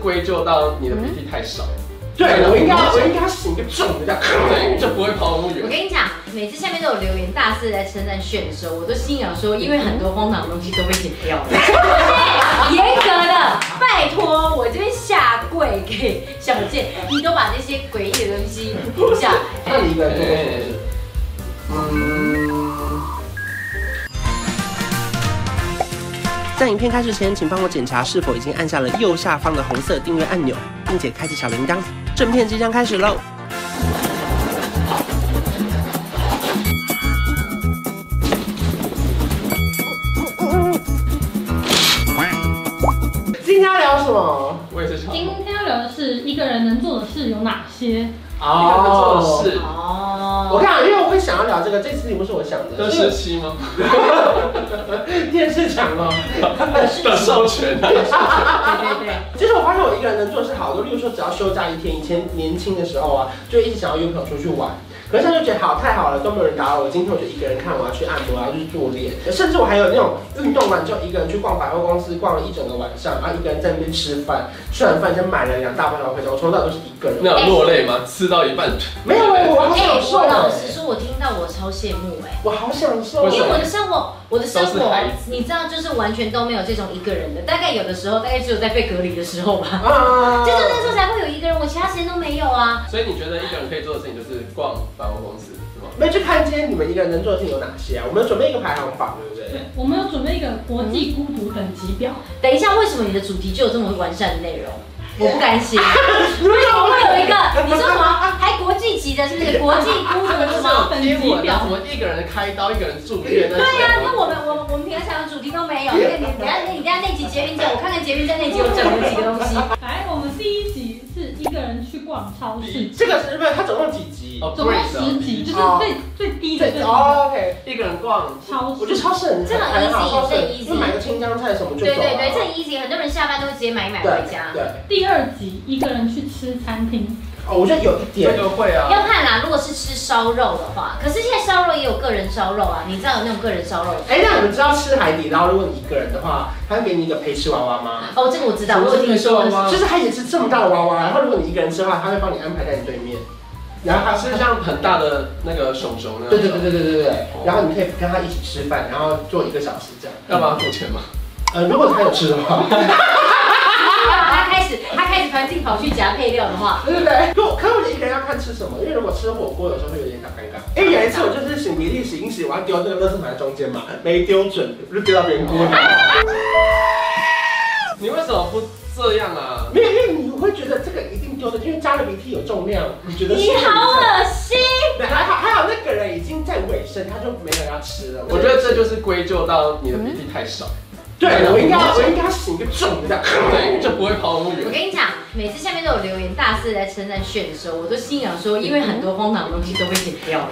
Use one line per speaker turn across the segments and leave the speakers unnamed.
归咎到你的脾气太少。
对
对
我应该
我
我应该醒个重的这样，
对，就不会跑那么
我
远。
跟你讲，每次下面都有留言大肆在称赞炫的时候，我都心想说，因为很多荒唐的东西都被剪掉 了。严格的，拜托，我这边下跪给小健，你都把那些诡异的东西留下来。
那你一个人做过什么事？
在影片开始前，请帮我检查是否已经按下了右下方的红色订阅按钮，并且开启小铃铛。正片即将开始喽！
今天要聊什么？
我也是想
今天要聊的是一个人能做的事有哪些？
哦，做的事，
我
哦，
看，因为我会想要聊这个，这次题目是我想的，
这是七吗？
电视墙哦。
的授权啊，
对对对，
其实我发现我一个人能做的事好多，例如说只要休假一天，以前年轻的时候啊，就一直想要约朋友出去玩。可是现在就觉得好太好了，都没有人打扰我。今天我就一个人看，我要去按摩，我啊要去做脸，甚至我还有那种运动完之后一个人去逛百货公司逛了一整个晚上，然后一个人在那边吃饭，吃完饭再买了两大包小回家。我从小都是一个人，
那有落泪吗？吃到一半，
没有，我好
哎、
享受啊
我老，实说，我听到我超羡慕哎、
我好啊享受
为
因
什
为
么
我的生活，我的生
都是
活
孩，
你知道，就是完全都没有这种一个人的。大概有的时候，大概只有在被隔离的时候吧，
啊
就是那时候才会有一个人，我其他时间都没有啊。
所以你觉得一个人可以做的事情就是逛百货公司，是吗？
那就看今天你们一个人能做的事情有哪些啊？我们准备一个排行榜，对不对？
对，我们有准备一个国际孤独等级表，
等一下，为什么你的主题就有这么完善的内容？我不甘心，为什么会有一个你说什么还国际级的，是不是？国际孤独什么？
等级
接吻啊，
表
什么一个人开刀，一个人住院啊
对呀、
啊
那
那我们我们我们平常的主题都没有。那个你等一下你等一下那集捷运见，我看看捷运站那集有整了几个东西。
来，我们第一集是一个人去逛超市，
这个是不是它总共几集？
哦
总共十
Grace
集，就是
哦
最最低的
这
最低的
哦，OK。
一个人逛，
超
我觉得
市。
超市很
这很
很好
easy，
超市
这 easy
就买个青江菜什么就走
对
了。
对对，这很 easy，很多人下班都会直接买一买回家。
对，
第二集一个人去吃餐厅，
哦，我觉得有一
这
点，
个会
要
啊，
看啦，如果是吃烧肉的话，可是现在烧肉也有个人烧肉啊，你知道有那种个人烧肉的
哎，那你们知道吃海底捞，如果你一个人的话，他会给你一个陪吃娃娃吗？
哦，这个我知道，
什么
我有听说
是吗
就是它也是这么大的娃娃，然后如果你一个人吃的话，他会帮你安排在你对面，然后他
是像很大的那个熊熊那样，
对对对，对对对对，然后你可以跟他一起吃饭，然后做一个小时这样。
要帮他付钱吗？
呃，如果他有吃的话，
啊他开始他开始团进跑去夹配料的话，
对对对。如果可我觉得一个人要看吃什么，因为如果吃火锅有时候会有点小尴尬。因为哎有一次我就是擤鼻涕擤一擤，我要丢那个垃圾桶在中间嘛，没丢准，我就丢到别人锅里。
你为什么不这样啊？
没有，因为你会觉得这个一定丢的，因为加了鼻涕有重量， 你觉得是
你好恶心。
对，还好还好那个人已经在尾声，他就没有要吃了。
我觉得这就是归咎到你的脾气太 少，
对，我应该我应该醒个重的这样，
对，就不会跑那么
我
远。
跟你讲，每次下面都有留言大肆在称赞炫的时候，我都心想说，因为很多荒唐的东西都被剪掉了。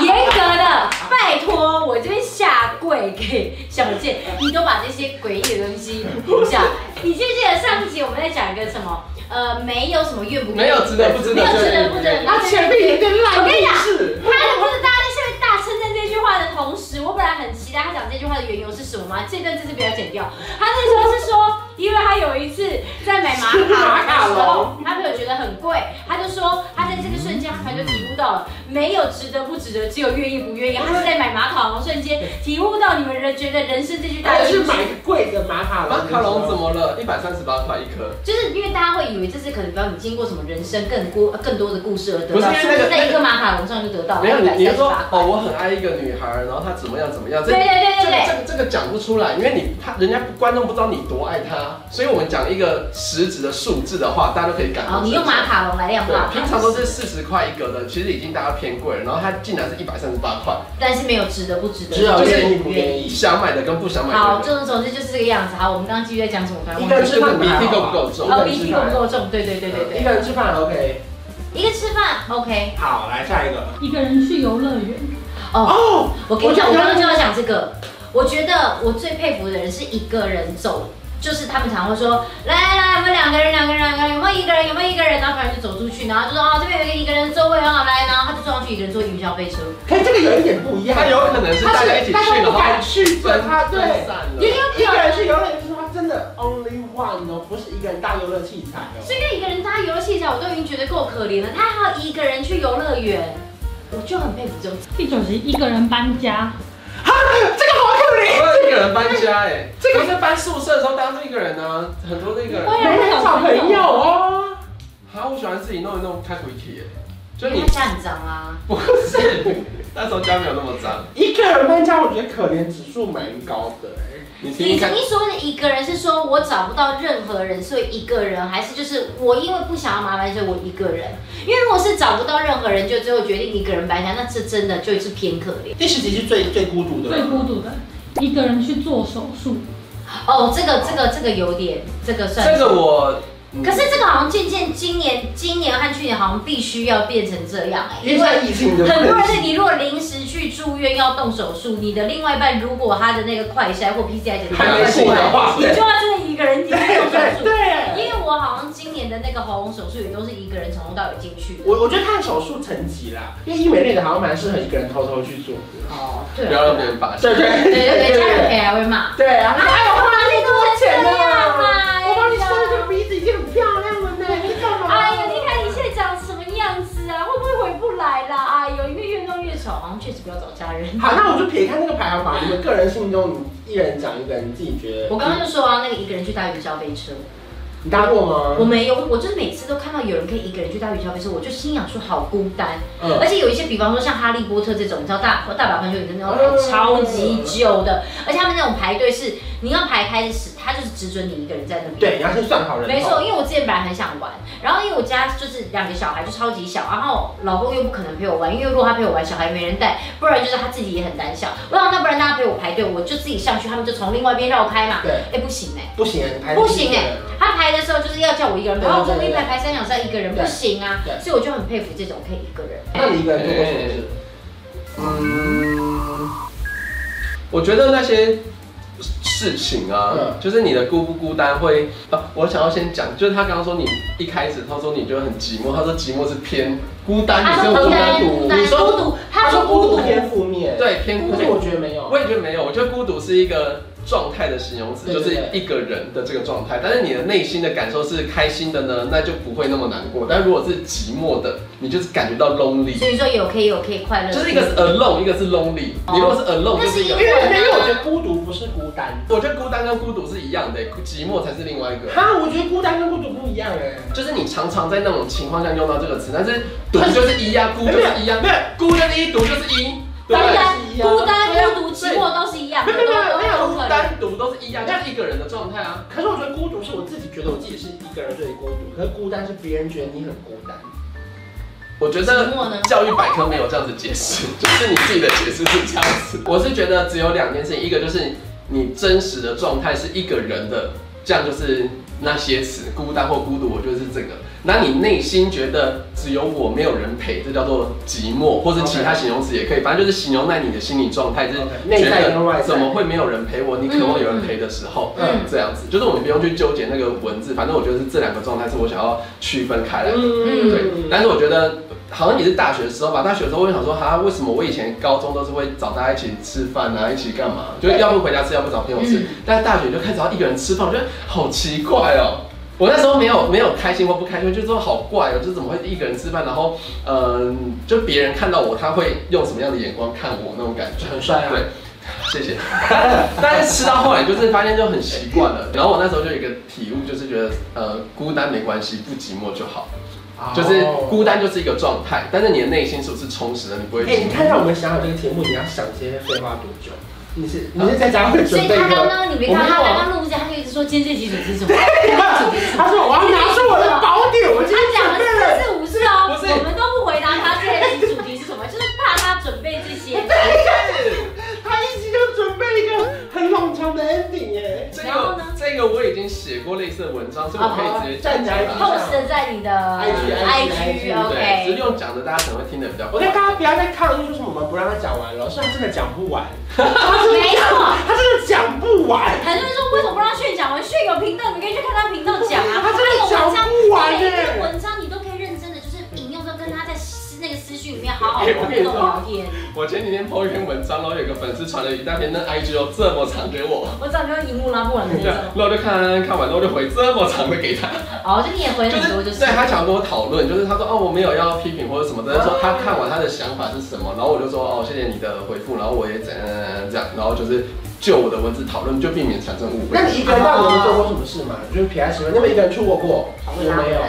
严格的，拜托，我这边下跪给小健，你都把这些诡异的东西留下来。你记不记得上一集我们在讲一个什么？呃，没有什么愿不愿
没有值得不值得，
没有值得不值得
他前面有一个烂故事。
他的不是大家在下面大称赞这句话的同时，我本来很期待他讲这句话的缘由是什么吗？这段真是不要剪掉。他那时候是说，因为他有一次在买马卡龙的时候，他朋友觉得很贵，他就说他在这个瞬间，他突然就体悟到了，没有值得不值得，只有愿意不愿意。他是在买马卡龙的瞬间体悟到你们人觉得人生这句大
他
金
去
句
买。个贵的马卡龙，
马卡龙怎么了？一百三十八块一颗，
就是因为大家会以为这是可能，比方你经过什么人生更多更多的故事而得
不是
到，
因为
是
那
不
个
是在一个马卡龙上就得到了？
没有你，你就说
138块
哦，我很爱一个女孩，然后她怎么样怎么样，这
对对对
这个
对对。
这个这个讲不出来，因为你他人家观众不知道你多爱她，所以我们讲一个实质的数字的话，大家都可以感同
好，哦你
身
用
受。
马卡龙来量化，
对，平常都是四十块一个的，其实已经大家偏贵了，然后它竟然是一百三十八块，
但是没有值得不值得，
只有
就是
愿意不愿
你
意？
想买的跟不想买
好，
的
总总之就是这个样子。好，我们刚刚继续在讲什么？我
一
突然忘
个人
记了。
吃饭
鼻涕够不够重
哦，鼻涕够不够重？对对对对
啊一
对。
个人吃饭 OK。
一个吃饭 OK。
好，来下一个。
一个人去游乐园，
哦，
我跟你讲，
我
我
觉得
刚刚就要讲这个。我觉得我最佩服的人是一个人走，就是他们常会说，来来来，我们两个人，两个人，两个人，有没有一个人？有没有一个人？然后反正就走出去，然后就说哦，这边有一个一个人的座位，很好来，然后他就坐上去一个人坐云霄飞车。
可这个有一点不一样。
它有可能是大家一起去
他
的
不
话
敢，去，对，他对
分。散了
因为一个人去游乐园，就是他真的 only 换哦，不是一个人搭游乐器材哦。
随便一个人搭游乐器材，我都已经觉得够可怜了，他还要一个人去游乐园，我就很佩服这种。
第九集一个人搬家，
我有一个人搬家哎、这个在搬宿舍的时候当一个人啊，很多那个人。
对啊
没有小朋友哦，
啊，我喜欢自己弄一弄开 Quickie，、欸、就
因为
你
他家很脏啊，
不是 那时候家没有那么脏，
一个人搬家，我觉得可怜指数蛮高的哎。
你听
你
听看
你说的一个人是说我找不到任何人，所以一个人，还是就是我因为不想要麻烦，所以我一个人？因为如果是找不到任何人，就最后决定一个人搬家，那这真的就是偏可怜。
第十集是最最孤独的，
最孤。独的一个人去做手术，
哦，这个这个这个有点，这个算
这个我，嗯
可是这个好像渐渐今年、今年和去年好像必须要变成这样哎、
因为疫情的
很多
关
人是
系，
你如果临时去住院要动手术，你的另外一半如果他的那个快筛或 PCR 检
还
查
没过的话
你就要真的一个人你去动手术。因
对，
为我好像今年的那个喉咙手术也都是一个人从头到尾进去的。
我我觉得看手术层级啦，因为医美类的好像蛮适合一个人偷偷去做的。
哦，对
不要让别人发现。
对对
对对对，家人陪还会骂。
对啊，
哎呀，我帮你做
钱
这样
啊
啊！
我帮你修这个鼻子已经很漂亮了呢，你干嘛？
哎呀，你看你现在长什么样子啊？会不会回不来啦？哎呦，因为越弄越丑，好像确实不要找家人。
好，那我就撇开那个排行榜，你们个人心中，你一人讲一个，你自己觉得。
我刚刚就说啊，那个一个人去搭云霄飞车，
你搭过
我
吗？
没有，我就是每次都看到有人可以一个人去搭云霄飞车，我就心想说好孤单。
嗯
而且有一些，比方说像哈利波特这种，你知道大大把环球影城那种
嗯
排超级久的，而且他们那种排队是你要排开始，他就是只准你一个人在那
对，
边。
你要先算好人头。
没错，因为我之前本来很想玩，然后因为我家就是两个小孩就超级小，然后老公又不可能陪我玩，因为如果他陪我玩，小孩没人带，不然就是他自己也很胆小。我想那不然大家陪我排队，我就自己上去，他们就从另外一边绕开嘛。
对，
哎、不行哎、
不行，你排
不行哎、
啊
他排的时候就是要叫我一个人排，
对
然后我
对
一
对
排排三小时一个人
对
不行啊
对，
所以我就很佩服这种可以一个人。
那你一个人做过什么
哎
事？
嗯，我觉得那些事情啊
嗯，
就是你的孤不孤单会啊，我想要先讲，就是他刚刚说你一开始他说你觉得很寂寞，他说寂寞是偏孤单，
他
你是
说
孤
孤
单
单啊孤
独，
单
你
孤
说
独，他说孤独，
偏负面，，
对偏孤
可是
独，
我觉得没有。
我也觉得没有，我觉得孤独是一个状态的形容词，
对
就
对
是
对
一个人的这个状态。但是你的内心的感受是开心的呢，那就不会那么难过。但如果是寂寞的，你就是感觉到 lonely，
所以说有可以有可以快乐，
就是一个是 alone，一个是 lonely。你
哦
如果是 alone，就是一个
因。为因为我觉得孤独不是孤单。
我觉得孤单跟孤独是一样的，寂寞才是另外一个。
哈，我觉得孤单跟孤独不一样哎。
就是你常常在那种情况下用到这个词，但是独就是一啊呀、孤就是一呀、
没有，
孤就是一，独就是一，对
当
不对？
然
是一样
孤单、
对啊
孤独、寂
对
寞都是一样
没
的，
有
都
没有没有
都
没有，
很
孤
可怜。
单独都是一样，就是一个人的状态啊。
可是我觉得孤独是我自己觉得我自己是一个人最孤独，可是孤单是别人觉得你很孤单。
我觉
寂
得
寞呢？
教育百科没有这样子解释， 就是你自己的解释是这样子。我是觉得只有两件事情，一个就是你真实的状态是一个人的，这样就是那些词，孤单或孤独，我觉得是这个。那你内心觉得只有我没有人陪，这叫做寂
哦
寞，或者其他形容词也可以，反正就是形容那你的心理状态，就是
OK，
哎
内
觉
嗯
在跟外
得
在
怎么会没有人陪我？你渴望有人陪的时候，
嗯
这样子，就是我们不用去纠结那个文字，反正我觉得是这两个状态是我想要区分开来的。
嗯
对，但是我觉得好像也是大学的时候吧，大学的时候我就想说，哈，为什么我以前高中都是会找大家一起吃饭啊，一起干嘛，就是要不回家吃，要不找朋友吃，
嗯
但是大学就开始要一个人吃饭，我觉得好奇怪哦。我那时候没有没有开心或不开心，就说好怪哦，就是怎么会一个人吃饭，然后嗯、就别人看到我，他会用什么样的眼光看我那种感觉。
很帅啊。
对谢谢。 但是吃到后来就是发现就很习惯了，然后我那时候就有一个体悟，就是觉得呃孤单没关系，不寂寞就好。就是
哦
孤单就是一个状态，但是你的内心是不是充实了？你不会
哎、你看让我们想好这个题目，你要想这些废话多久？你
啊
是你是在家会
所
准
以
备
他刚
吗？
刚你没看到
我没有
他
啊
刚刚录之前，他就一直说今天这集主题是什么？
哎他说我要拿出我的宝典，我今
他
天
讲
准备
了四
了。
次五次哦，
不是
我们都不回答他这一集主题是什么，就是怕他准备这 些。
他一直就准备一个很冗长的 ending 耶。
这
然后呢
个这个我已经写过类似的文章，所以我可以直接讲出
好好
来。
post 在你的
IG
IG
对，只是
OK。
用讲的，大家可能会听得比较
我
快
跟。大家不要再抗议，说什么我们不让他讲完了，是他真的讲不完，
没错，
他真的讲不完，
很多人说为什么不让炫讲完？炫有频道，你可以去看他频道讲啊。
他真的讲不完
每一篇
耶。
文章你都可以认真的，就是引用到跟他在私那个私讯里面好好
哎我跟
互
你
动
说
聊天。
我前几天 po 一篇文章，然后有个粉丝传了一大篇，那 IG 哦这么长给我，
我早就荧幕拉不完的
对
嗯
那
然
啊
种。
后我就看看完，然后就回这么长的给他，
哦，就你也回
就
很
是
多，就是
对他想要跟我讨论，就是他说哦我没有要批评或者什么的，他
哦
说他看完他的想法是什么，然后我就说哦谢谢你的回复，然后我也怎样怎样怎样这样，然后就是就我的文字讨论，就避免产生误会
那。你一个人到底有做过什么事吗？就是撇开喜欢，那么一个人出国过？有没有？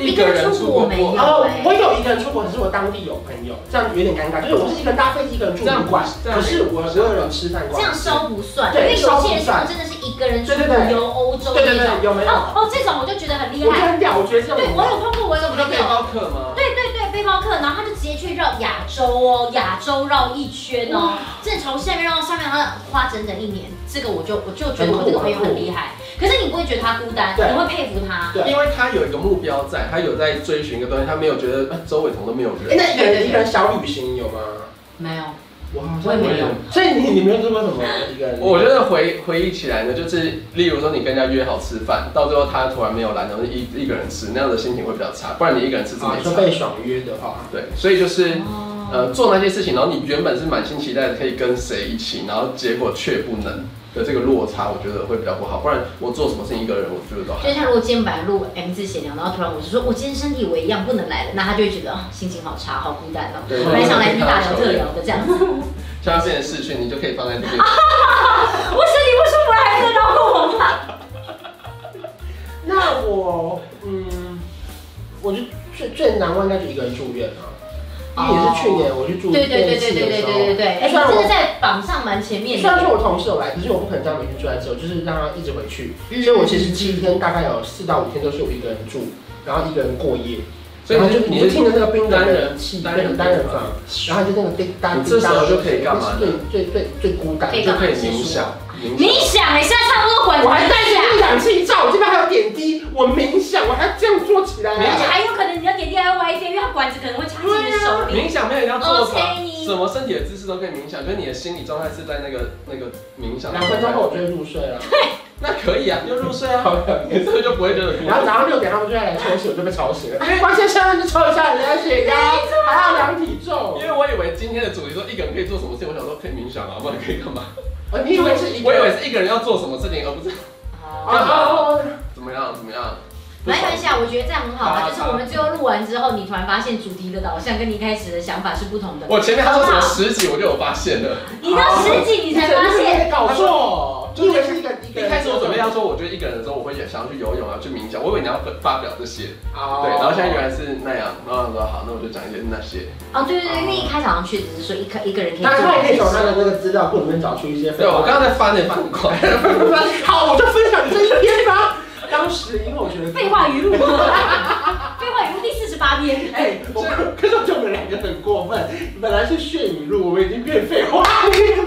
一个人出国过，
哦，
哎
我有一个人出国，可是我当地有朋友，这样有点尴尬。就是我是一个人搭飞机，一个人住旅馆，
这样
可是哦我我有人吃饭
这
馆。
样烧不算，因
对
为有些
烧不
人
算
真的是一个人出
对对对
游欧洲
对对
那种。
对，有没有？
哦哦，这种我就觉得很厉
我觉得
害。
很屌，哦我觉得这种
对我有碰过，我有
这不叫
朋
背
友。
包客吗？
对对对，背包客，然后他就直接去绕亚洲哦，亚洲绕一圈哦，正从下面绕到上面，然后花整整一年。这个我就我就觉得我这个朋友很厉害，可是你不会觉得他孤单，
对
你会佩服他。
对
因为他有一个目标在，他有在追寻一个东西，他没有觉得、哎周伟彤都没有人。
哎，那一个人一个人小旅行有吗？
没有，
我好
我也没有。
所以你你没有做过什么一个人？
我觉得回回忆起来呢，就是例如说你跟人家约好吃饭，到最后他突然没有来，然后一一个人吃，那样的心情会比较差。不然你一个人吃是
啊
没，
说
差。
被爽约的话，
对，所以就是
哦，
呃做那些事情，然后你原本是满心期待的可以跟谁一起，然后结果却不能的这个落差，我觉得会比较不好。不然我做什么事情一个人，我觉得都还
就像如果今天本来录 M 字闲聊，然后突然我就说我今天身体为恙不能来了，那他就会觉得哦心情好差，好孤单哦。
对
本来想来听大聊特聊的这样子，
像它变成视讯，你就可以放在这边。
我身体不舒服了，还在绕过我吗？
那我嗯，我就最最难忘应该就一个人住院啊，因为也是去年我去住
哦对对对
院
对
次
对
的
对
时候
对对对，哎，你
虽然
真的
我
在榜上蛮前面
虽然说
的。
我同事有来，可是我不可能这样每天住在这，就是让他一直回去，
嗯
所以我其实七天大概有四到五天都是我一个人住，然后一个人过夜，
所以
然
你
后就
就
你
你
就是听着那个冰冷
单
的
人
气，
单
那
人
个单人房
房，
然后就那个叮当
你这时
叮当，
候就可以干嘛呢
那是最最最最孤单
可以
的
就。可以冥想，冥
你想哎，现在差不多管
我还带
一
着氧气罩，我这边还有点滴，我冥想，我还这样做起来、啊
而且还有可能你要点 DIY 因为它管子可能会插进你的手里。
冥想啊没有一定要做法
OK，你
什么身体的姿势都可以冥想，就是你的心理状态是在那个那个冥想。
两分钟后我就会入睡了，
嗯 那可以啊，你就入啊睡啊，你这个就不会觉得孤
然
单。
后早上六点他们就会来抽血，我就被吵醒了。王先生，你抽一下你的血压，还要量体重
因。为我以为今天的主题说一个人可以做什么事情，我想说可以冥想啊，不然可以干嘛？
呃你以为是一
我
个
以为
人？
是一个人要做什么事情，而不是
哦
啊
哦哦
怎么样怎么样。
没关系啊，我觉得这样很好啊，
好
就是我们最后录完之后，你突然发现主题的导向跟你一开始的想法是不同的。
我前面他说什么十几，我就有发现了。
你到十几你才发现，
搞错，你以为是一个一个
一
人？
开始我准备要说，我觉得一个人的时候，我会想要去游泳啊，去冥想。我以为你要发表这些，
哦
对。然后现在原来是那样，然后我说好，那我就讲一些那些。
哦，对对对，因为一开始好像确实是说一个一个人可以
但是他也可以从
做。
他的那个资料库里面找出一些。
对，我刚刚在翻也 翻很快。
好，我就分享这一篇吧。当时因为我觉得
废话 语录，废话语录第四十八篇。
哎，我可是我觉得我们两个很过分，本来是炫语录，我们已经变废话语录，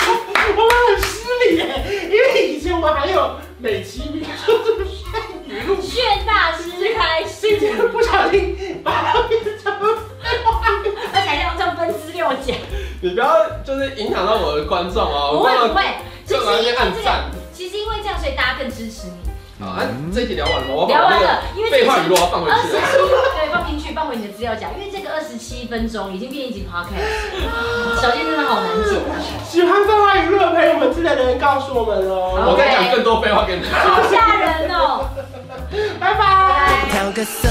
我们很失礼哎，因为以前我们还有美其名就是炫语录，
炫大师开
今
始，
天不小心把它变成废话语录。
而且还要这样分支六讲，
你不要就是影响到我的观众哦。
不
忘
会不
了
会，其
干
实
嘛
因为
先按
这
赞
个，其实因为这样，所以大家更支持你。
好，啊，这一题聊完了吗？我把
聊
我
完
那个
了，因为这
废话
个
语录我要放回
二
去
十
了。
七，对，放进去，放回你的资料夹，因为这个二十七分钟已经变一集 podcast，小健真的好难剪。啊
喜欢废话语录的朋友们，记得留言告诉我们哦。
我再讲更多废话给你。
好吓人哦！
拜拜。
调个色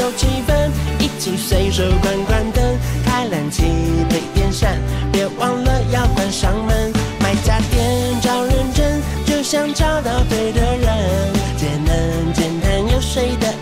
有气氛，一起随手关关灯，开冷气配电扇，别忘了要关上门。买家电找认真，就像找到对的人，节能简单又睡得